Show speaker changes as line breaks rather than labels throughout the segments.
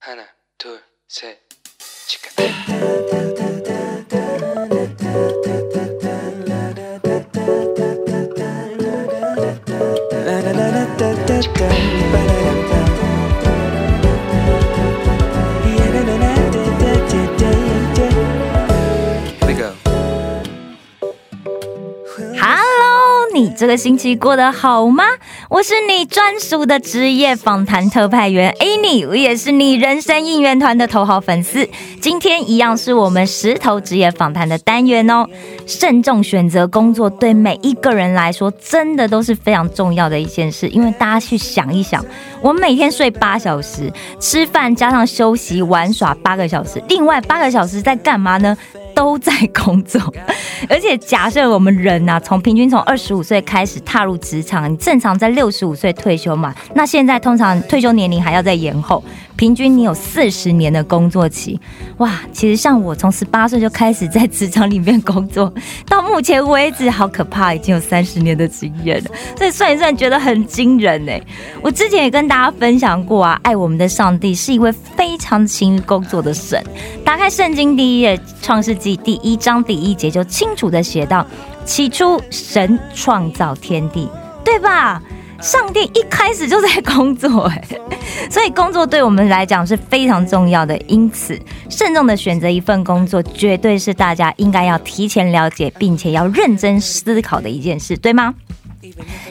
하나 둘셋 치카 Here we go.
Hello，你这个星期过得好吗？我是你专属的职业访谈特派员 Annie，我也是你人生应援团的头号粉丝。今天一样是我们石头职业访谈的单元哦。慎重选择工作对每一个人来说真的都是非常重要的一件事，因为大家去想一想，我们每天睡八小时，吃饭加上休息玩耍八个小时，另外八个小时在干嘛呢？都在工作。 而且假设我们人呐、从平均从二十五岁开始踏入职场，你正常在六十五岁退休嘛，那现在通常退休年龄还要再延后，平均你有四十年的工作期。哇，其实像我从十八岁就开始在职场里面工作， 到目前为止，好可怕，已经有三十年的经验了。所以算一算，觉得很惊人呢。我之前也跟大家分享过啊，爱我们的上帝是一位非常勤于工作的神。打开圣经第一页，《创世纪》第一章第一节就清楚的写到：起初神创造天地，对吧？上帝一开始就在工作，哎，所以工作对我们来讲是非常重要的。因此，慎重的选择一份工作，绝对是大家应该要提前了解，并且要认真思考的一件事，对吗？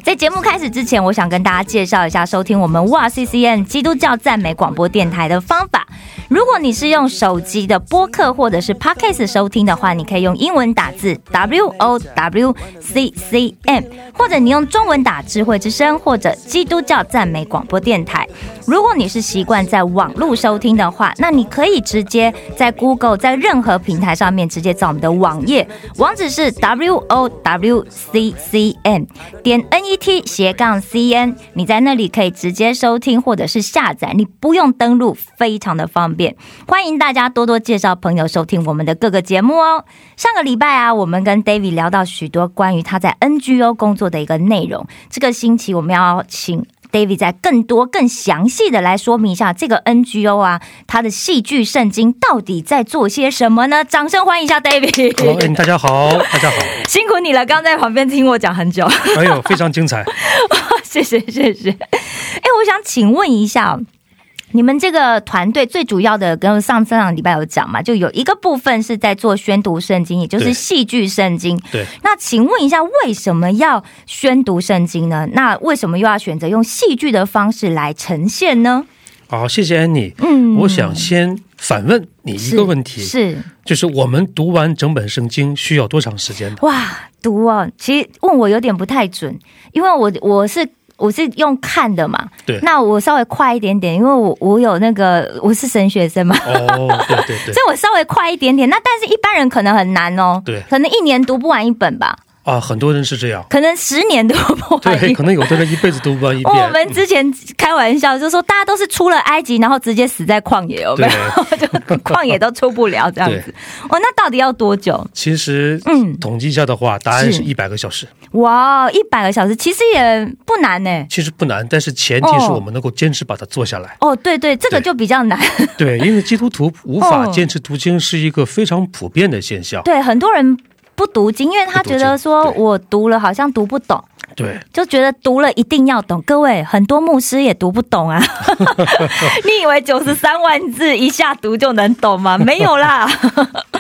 在节目开始之前，我想跟大家介绍一下收听我们哇 C C N 基督教赞美广播电台的方法。如果你是用手机的播客或者是 Podcast 收听的话，你可以用英文打字 W O W C C M，或者你用中文打智慧之声或者基督教赞美广播电台。如果你是习惯在网络收听的话，那你可以直接在 Google 在任何平台上面直接找我们的网页，网址是 W O W C C N 点 N E T 斜杠 C N，你在那里可以直接收听或者是下载，你不用登录，非常的方便。欢迎大家多多介绍朋友收听我们的各个节目哦。上个礼拜啊，我们跟 David 聊到许多关于他在 NGO 工作的一个内容，这个星期我们要请 David 在更多、更详细的来说明一下这个 NGO 啊，它的戏剧圣经到底在做些什么呢？掌声欢迎一下 David，、
Hello，哎大家好，大家好，
辛苦你了，刚刚在旁边听我讲很久，
哎呦，非常精彩。
谢谢谢谢。哎，我想请问一下。你们这个团队最主要的，跟上上礼拜有讲嘛，就有一个部分是在做宣读圣经，也就是
对
戏剧圣经。
对，
那请问一下，为什么要宣读圣经呢？那为什么又要选择用戏剧的方式来呈现呢？
好，谢谢安妮。
嗯
我想先反问你一
是
个问题，
是
就是我们读完整本圣经需要多长时间呢？
哇，读哦，其实问我有点不太准，因为我我是。我是用看的嘛，
对
那我稍微快一点点，因为我我有那个我是神学生嘛，
哦，对对 对
所，以我稍微快一点点。那但是一般人可能很难哦，
对
可能一年读不完一本吧，
啊，很多人是这样，
可能十年读不完
对，
一
可
本。
能有的人一辈子读不完一遍。
哎我们之前开玩笑就说，大家都是出了埃及，然后直接死在旷野，有没有？ 就旷野都出不了这样子。哦，那到底要多久？
其实，
嗯
统计一下的话，答案
是
是一百个小时，
哇，一百个小时其实也不难欸呢、
其实不难，但是前提是
哦
我们能够坚持把它做下来。
哦，对对，这个就比较难。
对，因为基督徒无法
哦
坚持读经是一个非常普遍的现象。
对，很多人不读经，因为他觉得说
不读经对
我读了好像读不懂。
对，
就觉得读了一定要懂，各位很多牧师也读不懂 啊。你以为九十三万字一下读就能懂吗？没有 啦。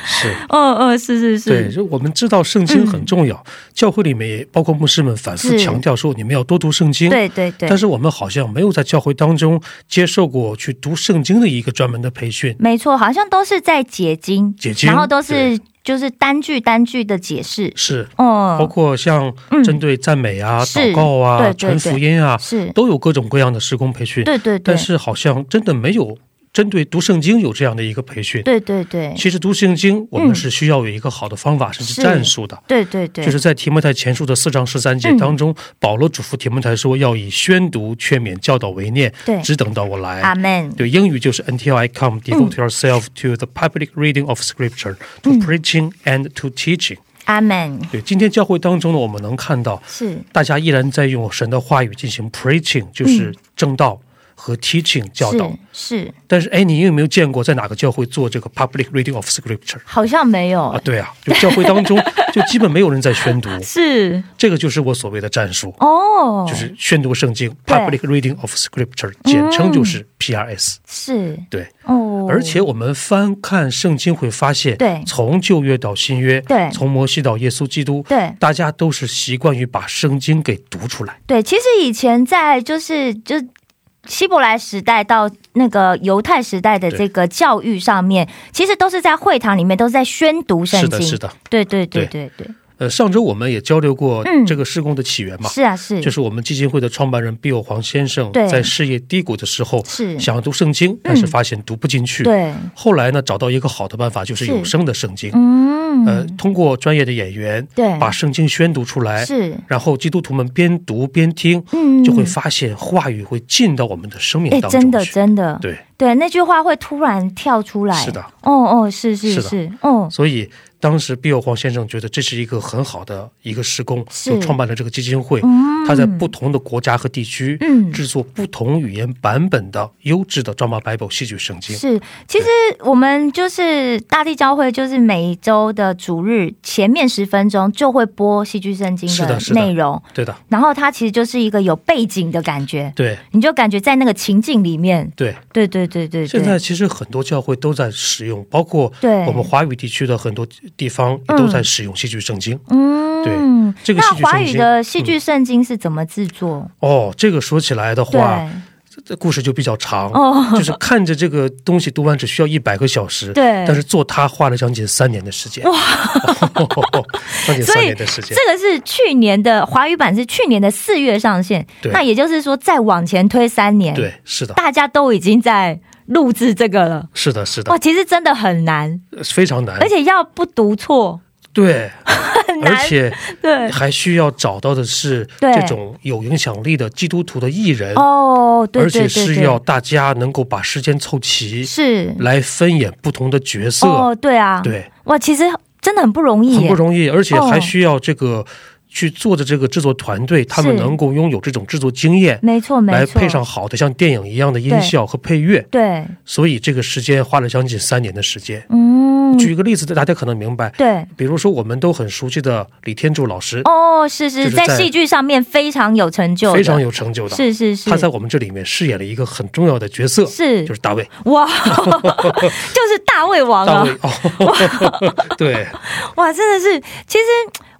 是。
嗯嗯，是是
对，
是，
就我们知道圣经很重要，教会里面也包括牧师们反复
是
强调说你们要多读圣经。
对对对
但，是我们好像没有在教会当中接受过去读圣经的一个专门的培训。
没错，好像都是在解经，
解经
然后都是就是单句单句的解释。
是，包
哦，
括像
嗯
针对赞美啊、
是
祷告啊、
对对
传福音啊，
是，
都有各种各样的施工培训。
对对对
但，是好像真的没有针对读圣经有这样的一个培训。
对对对，
其实读圣经，我
嗯
们是需要有一个好的方法，甚
是
至战术的。
对对对，
就是在提摩太前书的四章十三节
嗯
当中，保罗嘱咐提摩太说，要以宣读、劝勉、教导为念
对，啊嗯
只等到我来。
阿门。
对，英语就是 Until I come, devote yourself to the public reading of Scripture, to
嗯
preaching and to teaching。
阿门。
对，今天教会当中呢，我们能看到
是
大家依然在用神的话语进行 preaching，就是正道。和 teaching 教导。
嗯是是，
但是，哎，你有没有见过在哪个教会做这个 public reading of scripture
好像没有、
啊？对啊，就教会 当中就基本没有人在宣读，
是
这个就是我所谓的战术，
哦，
就是宣读圣经
对
public reading of scripture，简称就是 PRS。
是
对，
哦，
而且我们翻看圣经会发现，
对
从旧约到新约，
对
从摩西到耶稣基督，
对
大家都是习惯于把圣经给读出来。
对，其实以前在就是就希伯来时代到那个犹太时代的这个教育上面，其实都是在会堂里面都是在宣读圣
是
经，
的，是的。
对对对对对，
呃，上周我们也交流过
嗯
这个施工的起源嘛，
是啊是，
就是我们基金会的创办人 Bill 黄先生
对
在事业低谷的时候，
是嗯
想要读圣经，但是发现读不进去。
对，
后来呢，找到一个好的办法，就是有声的圣经。
嗯，
呃，通过专业的演员
对，
把圣经宣读出来，
哎是，
然后基督徒们边读边听，
嗯，
就会发现话语会进到我们的生命
哎，
当中去。
真的真的，
对，
对，那句话会突然跳出来，
是的，
哦哦，是是
是
是，
的
哦，
所以当时毕友黄先生觉得这是一个很好的一个施工，
是
就创办了这个基金会。
嗯，
他在不同的国家和地区，
嗯
制作不同语言版本的优质的 Drama Bible 戏剧圣经。
是，其实我们就是大地教会，就是每一周的主日前面十分钟就会播戏剧圣经
是的是的
内容，
对的，
然后它其实就是一个有背景的感觉，
对
你就感觉在那个情境里面。
对。
对对对对
现
对
在，其实很多教会都在使用，包括
对
我们华语地区的很多地方也都在使用戏剧圣经。
嗯，
这个
那
戏剧
华
圣
语
经嗯
的戏剧圣经是怎么制作？
哦，这个说起来的
对，
话，这故事就比较长。
哦，
就是看着这个东西读完只需要一百个小时，
对
但是做它花了将近三年的时间，哇，
所
将近三
以
年的时间，
这个是去年的华语版是去年的四月上线，
对
那也就是说再往前推三年，，
对，是的，
大家都已经在录制这个了。
是的，是
哇，
的，
其实真的很难，
非常难
哦而，且要不读错，
对，而
难
且
对。
还需要找到的是
对
这种有影响力的基督徒的艺人，
哦，对
而
对
且
对
是
对，
要大家能够把时间凑齐，
是
来分演不同的角色，
哦，对啊，，
对，
哇，其实真的很不容易
很
耶，
不容易，而且
哦
还需要这个。去做的这个制作团队，他们
是
能够拥有这种制作经验，
没错没
来
错，
配上好的像电影一样的音效和配乐，
对，
所以这个时间花了将近三年的时间。
嗯，
举一个例子，大家可能明白，
对，
比如说我们都很熟悉的李天柱老师，
哦，是是，
就是
在
在
戏剧上面非常有成就的，
非常有成就的，
是是是，
他在我们这里面饰演了一个很重要的角色，
是
就是大卫，
哇， 就是大胃王
大
啊
卫，哦，对，
哇，真的是，其实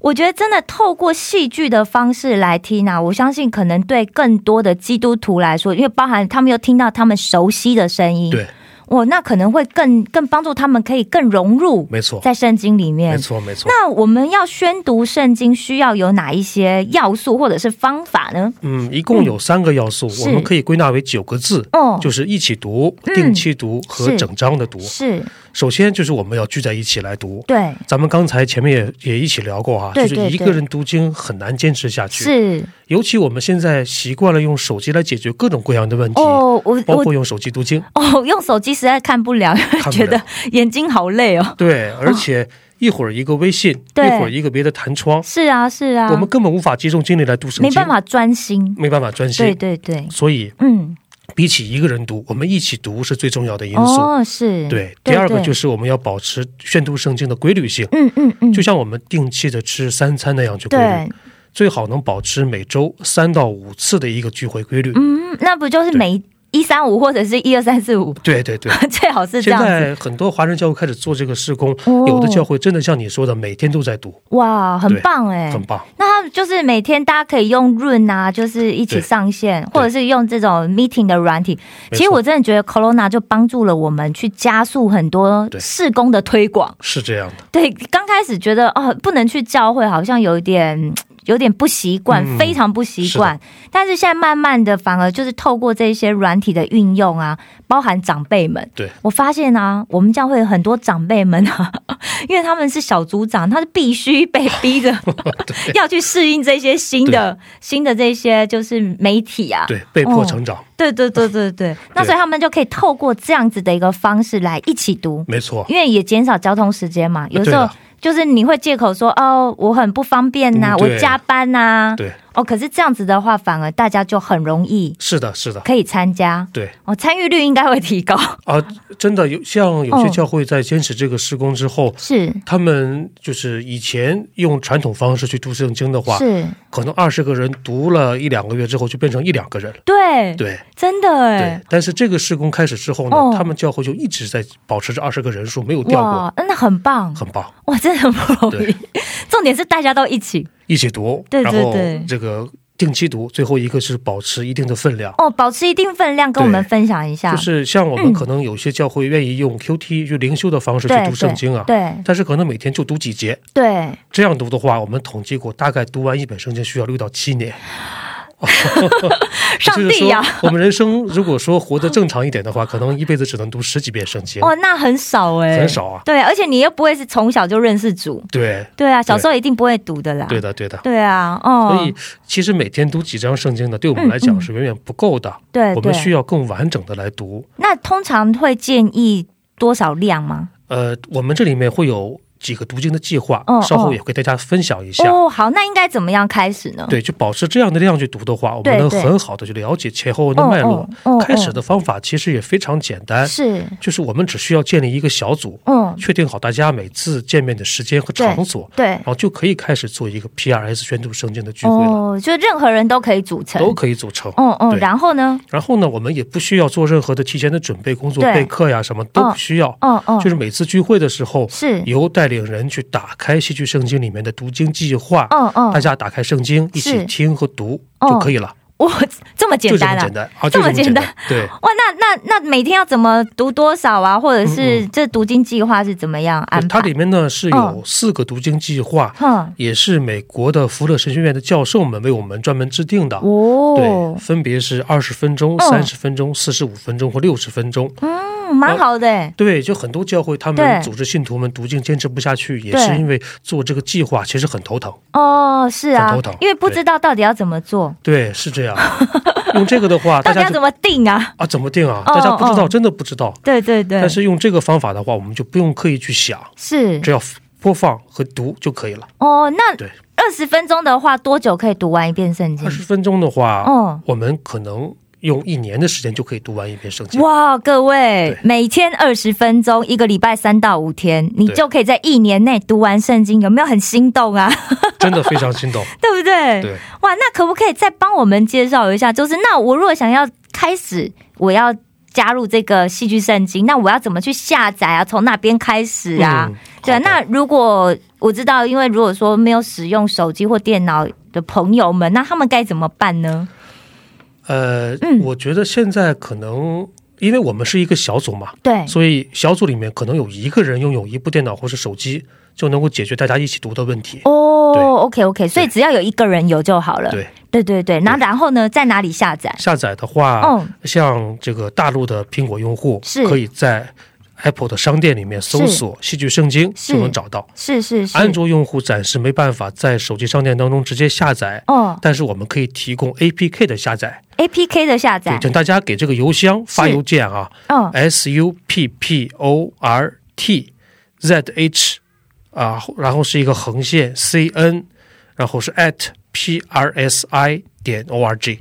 我觉得真的透过戏剧的方式来听啊，我相信可能对更多的基督徒来说，因为包含他们又听到他们熟悉的声音，
对，
哇，那可能会更更帮助他们可以更融入
没错，
在圣经里
没
面。
错，没错。
那我们要宣读圣经，需要有哪一些要素或者是方法呢？
嗯，一共有三个要素，
嗯是
我们可以归纳为九个字，
哦，
就是一起读、
嗯
定期读和
是
整章的读。
是
首先就是我们要聚在一起来读，
对，
咱们刚才前面也也一起聊过哈、啊
对
就是一
对对
个人读经很难坚持下去，
是
尤其我们现在习惯了用手机来解决各种各样的问题，
哦，我
包
我
括用手机读经。
哦，用手机实在看不了，
不了
觉得眼睛好累哦。
对，而且一会儿一个微信，
对
一会儿一个别的弹窗，
是啊，是啊，
我们根本无法集中精力来读圣经，
没办，法专心。
没办法专心。
对对对，
所以，
嗯，
比起一个人读，我们一起读是最重要的因素。
哦，是，，
对，第二个就是是我们要保持宣读圣经的规律性，
嗯嗯嗯，
就像我们定期的吃三餐那样去规律
对。，
最好能保持每周三到五次的一个聚会规律。
嗯，那不就是每一三五或者是一二三四五，
对对对。
最好是这
现
样子。
在很多华人教会开始做这个事工，
哦
有的教会真的像你说的，每天都在读，
哇，很
对
棒哎！
很棒。
那他们就是每天大家可以用润啊，就是一起
对
上线，或者是用这种 meeting 的软体。
没错
其实我真的觉得 Corona 就帮助了我们去加速很多
对
事工的推广。
是这样的，
对，刚开始觉得哦，不能去教会，好像有一点。有点不习惯，
嗯
非常不习惯。但是现在慢慢的，反而就是透过这些软体的运用啊，包含长辈们，
对
我发现啊，我们教会很多长辈们啊， 因为他们是小组长，他是必须被逼 着 要去适应这些新的新的这些就是媒体啊，
对，被迫成长，
对对对对对。那所以他们就可以透过这样子的一个方式来一起读，
没错，
因为也减少交通时间嘛。有时
对
候
啊
就是你会借口说哦，我很不方便呐、
嗯
我
对
加班呐、
对，
哦，可是这样子的话，反而大家就很容易
是的，是的，
可以参加，
对
哦，参与率应该会提 高。
啊，
嗯
真的有像有
哦
些教会在坚持这个施工之后，
是
他们就是以前用传统方式去读圣经的话，
是，
可能二十个人读了一两个月之后就变成一两个人了。
对，
对
真的
对
哎，，
但是这个施工开始之后呢，
哦
他们教会就一直在保持着二十个人数，没有掉过，
哇，那很棒，
很棒。
哇，真的很不容易
对。
重点是大家都一起
一起读，
对对
然
对
后这个定期读，最后一个是保持一定的分量。
哦，保持一定分量，跟我们
对
分享一下，
就是像我们可能有些教会愿意用 QT 就灵修的方式
嗯
去
对
读圣经啊，
对
但是可能每天就读几节，
对，
这样读的话，我们统计过，大概读完一本圣经需要六到七年。
上
就是
帝
说
呀、，
我们人生如果说活得正常一点的话，可能一辈子只能读十几遍圣经，
哦，那很少哎、
很少啊。
对，而且你又不会是从小就认识主，
对，
对啊，小时候一定不会读的啦。
对的，对的。
对啊，哦，
所以，其实每天读几章圣经呢，对我们来讲是远远不够的。
嗯哎对
我们需
对。
要更完整的来读。
那通常会建议多少量吗？
呃，我们这里面会有几个读经的计划，
哦
稍
哦
后也会给大家分享一下。
哦，好，那应该怎么样开始呢？
对，就保持这样的量去读的话，我
对
们能
对
很好的去了解前后文的
哦，
脉络。
哦嗯
开始的方法其实也非常简单，
是，
就是我们只需要建立一个小组，
嗯，
确定好大家每次见面的时间和场所，
对
然，后就可以开始做一个 PRS 宣读圣经的聚会了，
哦，就任何人都可以组成。
都可以组成。
哦哦，
对
然后呢？
然后呢，我们也不需要做任何的提前的准备工作，
对
备课呀什么都
哦
不需要，
哦哦，
就是每次聚会的时候，
是，
由带领人去打开戏剧圣经里面的读经计划，
哦哦
大，家打开圣经一
是
起听和读
哦
就可以了，
哇，这么简
就这
单
么
啊
简！单啊，就这么
这么简
简
单
单，对。
哇，那那那每天要怎么读多少啊？或者是这读经计划是怎么样 安
嗯对
排嗯
它？里面呢是有四个读经计划，
哼，
也是美国的福勒神学院的教授们为我们专门制定的。
哦
对，，分别是二十分钟、
嗯
三十分钟、四十五分钟和六十分钟。
嗯，蛮好的欸，
对，就很多教会他
对
们组织信徒们读经坚持不下去，也
对
是因为做这个计划其实很头疼。
哦，是啊
很头疼，
因为不知道到底要怎么做，
对，是这样。用这个的 话，
到
大
底要
家
怎
就
么定啊？
啊怎么定啊？
哦
大家不知
哦
道，真的不知道。
对对对，
但是用这个方法的话，我们就不用刻意去想，
是
只要播放和读就可以了。
哦，那
对
二十分钟的话，多久可以读完一遍圣经
二？十分钟的话，
嗯哦
我们可能用一年的时间就可以读完一篇圣经。
哇，各位
对，
每天二十分钟，一个礼拜三到五天，你
对
就可以在一年内读完圣经，有没有很心动啊？
真的非常心动。
对不对？
对，
哇，那可不可以再帮我们介绍一下？就是那我如果想要开始，我要加入这个戏剧圣经，那我要怎么去下载啊？从哪边开始啊？
嗯
对，
好的
那如果我知道，因为如果说没有使用手机或电脑的朋友们，那他们该怎么办呢？
呃，
嗯
我觉得现在可能。因为我们是一个小组嘛，
对，
所以小组里面可能有一个人拥有一部电脑或是手机，就能够解决大家一起读的问题。对
哦，OK OK，所以只要有一个人有就好了。
对，
对对对，那然后呢，在哪里下载？
下载的话，
嗯
像这个大陆的苹果用户
是
可以在 Apple 的商店里面搜索“戏剧圣经”
是
就能找到。
是是是，
安卓用户暂时没办法在手机商店当中直接下载，
哦
但是我们可以提供 APK 的下载，
，APK 的下
对，
载，
请大家给这个邮箱发
是
邮件啊
嗯，
，s u p p o r t z h 啊，然后是一个横线 c n，然后是 at p r s i 点 o r g，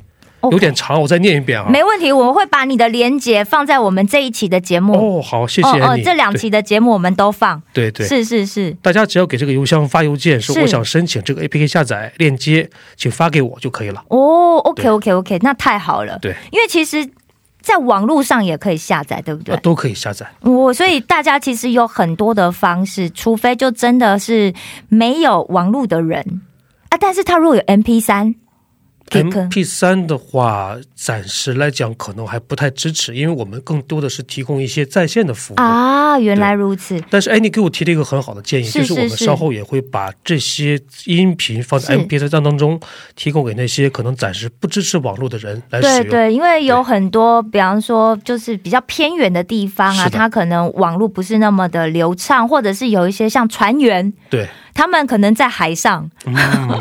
有点长，我再念一遍啊。
没问题，我会把你的连接放在我们这一期的节目。
哦，好，谢谢你。
哦，这两期的节目我们都放。
对对
是
对，
是是，
大家只要给这个邮箱发邮件，说
是
我想申请这个 APK 下载链接，请发给我就可以了。
哦，OK
对
OK OK，那太好了。
对，
因为其实，在网络上也可以下载，对不对
啊，？都可以下载。
我、所以大家其实有很多的方式，除非就真的是没有网络的人啊，但是他如果有 MP 三，可以可
MP 三的话，暂时来讲可能还不太支持，因为我们更多的是提供一些在线的服务。
啊，原来如此，
但是，哎，你给我提了一个很好的建议，
是
就是我们
是是
稍后也会把这些音频放在
是
MP 三当中，提供给那些可能暂时不支持网络的人来使
对
用。
对，因为有很多，比方说就是比较偏远的地方啊，
是的
它可能网络不是那么的流畅，或者是有一些像船员，
对
他们可能在海上，
嗯，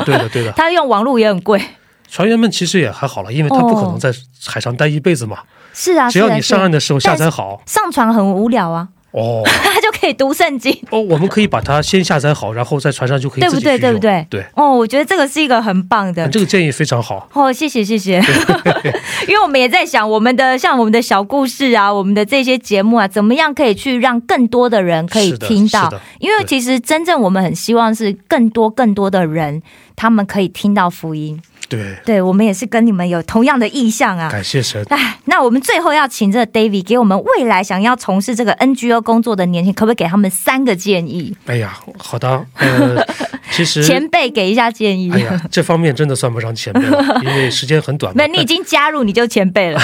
对的， 对的。
他用网络也很贵。
船员们其实也还好了，因为他不可
哦
能在海上待一辈子嘛。
是啊，
只要
是啊
你上岸的时候
是啊
下载好，
上船很无聊啊，
哦
他就可以读圣经，
哦，我们可以把它先下载好，然后在船上就可以
对
自
不
己
对？
去
对不
用
对？
对，
哦，我觉得这个是一个很棒的
嗯这个建议非常好。
哦，谢谢谢 谢，因为我们也在想我们的像我们的小故事啊，我们的这些节目啊，怎么样可以去让更多的人可以
是的
听到
是的？
因为
对
其实真正我们很希望是更多更多的人，他们可以听到福音。
对，
对我们也是跟你们有同样的意向啊。
感谢神。
哎，那我们最后要请这个 David 给我们未来想要从事这个 NGO 工作的年轻，可不可以给他们三个建议？
哎呀，好 的，呃，其实，
前辈给一下建议
哎。呀，这方面真的算不上前辈了，因为时间很短嘛。
那你已经加入，你就前辈 了。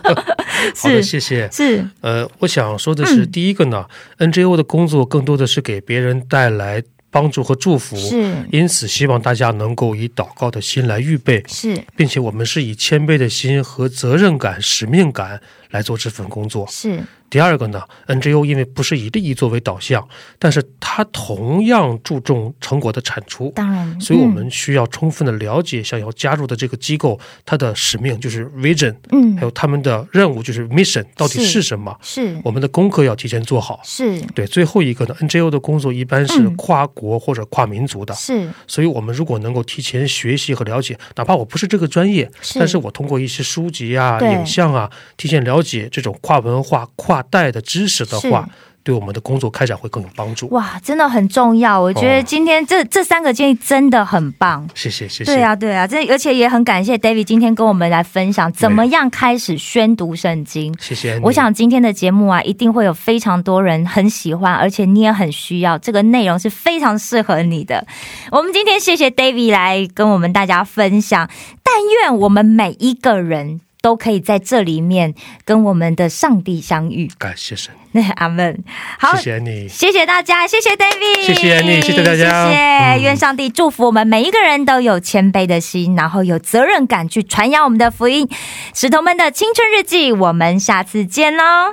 好的，
是嗯
谢谢。
是，
呃，我想说的是，第一个呢，NGO 的工作更多的是给别人带来帮助和祝福，
是
因此希望大家能够以祷告的心来预备，
是
并且我们是以谦卑的心和责任感、使命感来做这份工作。
是，
第二个呢，NGO 因为不是以利益作为导向，但是它同样注重成果的产出。
当嗯然，
所以，我们需要充分的了解想要加入的这个机构，它的使命就是 vision，
嗯
还
嗯
有他们的任务就是 mission，到底
是
是什么？
是
我们的功课要提前做好。
是
对，最后一个呢，NGO 的工作一般是
嗯
跨国或者跨民族的，
是
所以我们如果能够提前学习和了解，哪怕我不是这个专业，
是
但是我通过一些书籍啊、
对
影像啊，提前了解这种跨文化、跨代的知识的话
是，
对我们的工作开展会更有帮助。
哇，真的很重要。我觉得
哦
今天这、这三个建议真的很棒。
谢谢，谢谢。
对啊，对啊，这而且也很感谢 David 今天跟我们来分享怎么样开始宣读圣经。
谢谢。
我，想今天的节目啊，一定会有非常多人很喜欢，而且你也很需要，这个内容是非常适合你的。我们今天谢谢 David 来跟我们大家分享，但愿我们每一个人都可以在这里面跟我们的上帝相遇。
感谢神，
那阿门。好，
谢谢你。
谢谢大家，谢谢 David，
谢谢你谢谢大家
谢谢，
嗯
愿上帝祝福我们每一个人都有谦卑的心，然后有责任感去传扬我们的福音。石头们的青春日记，我们下次见喽。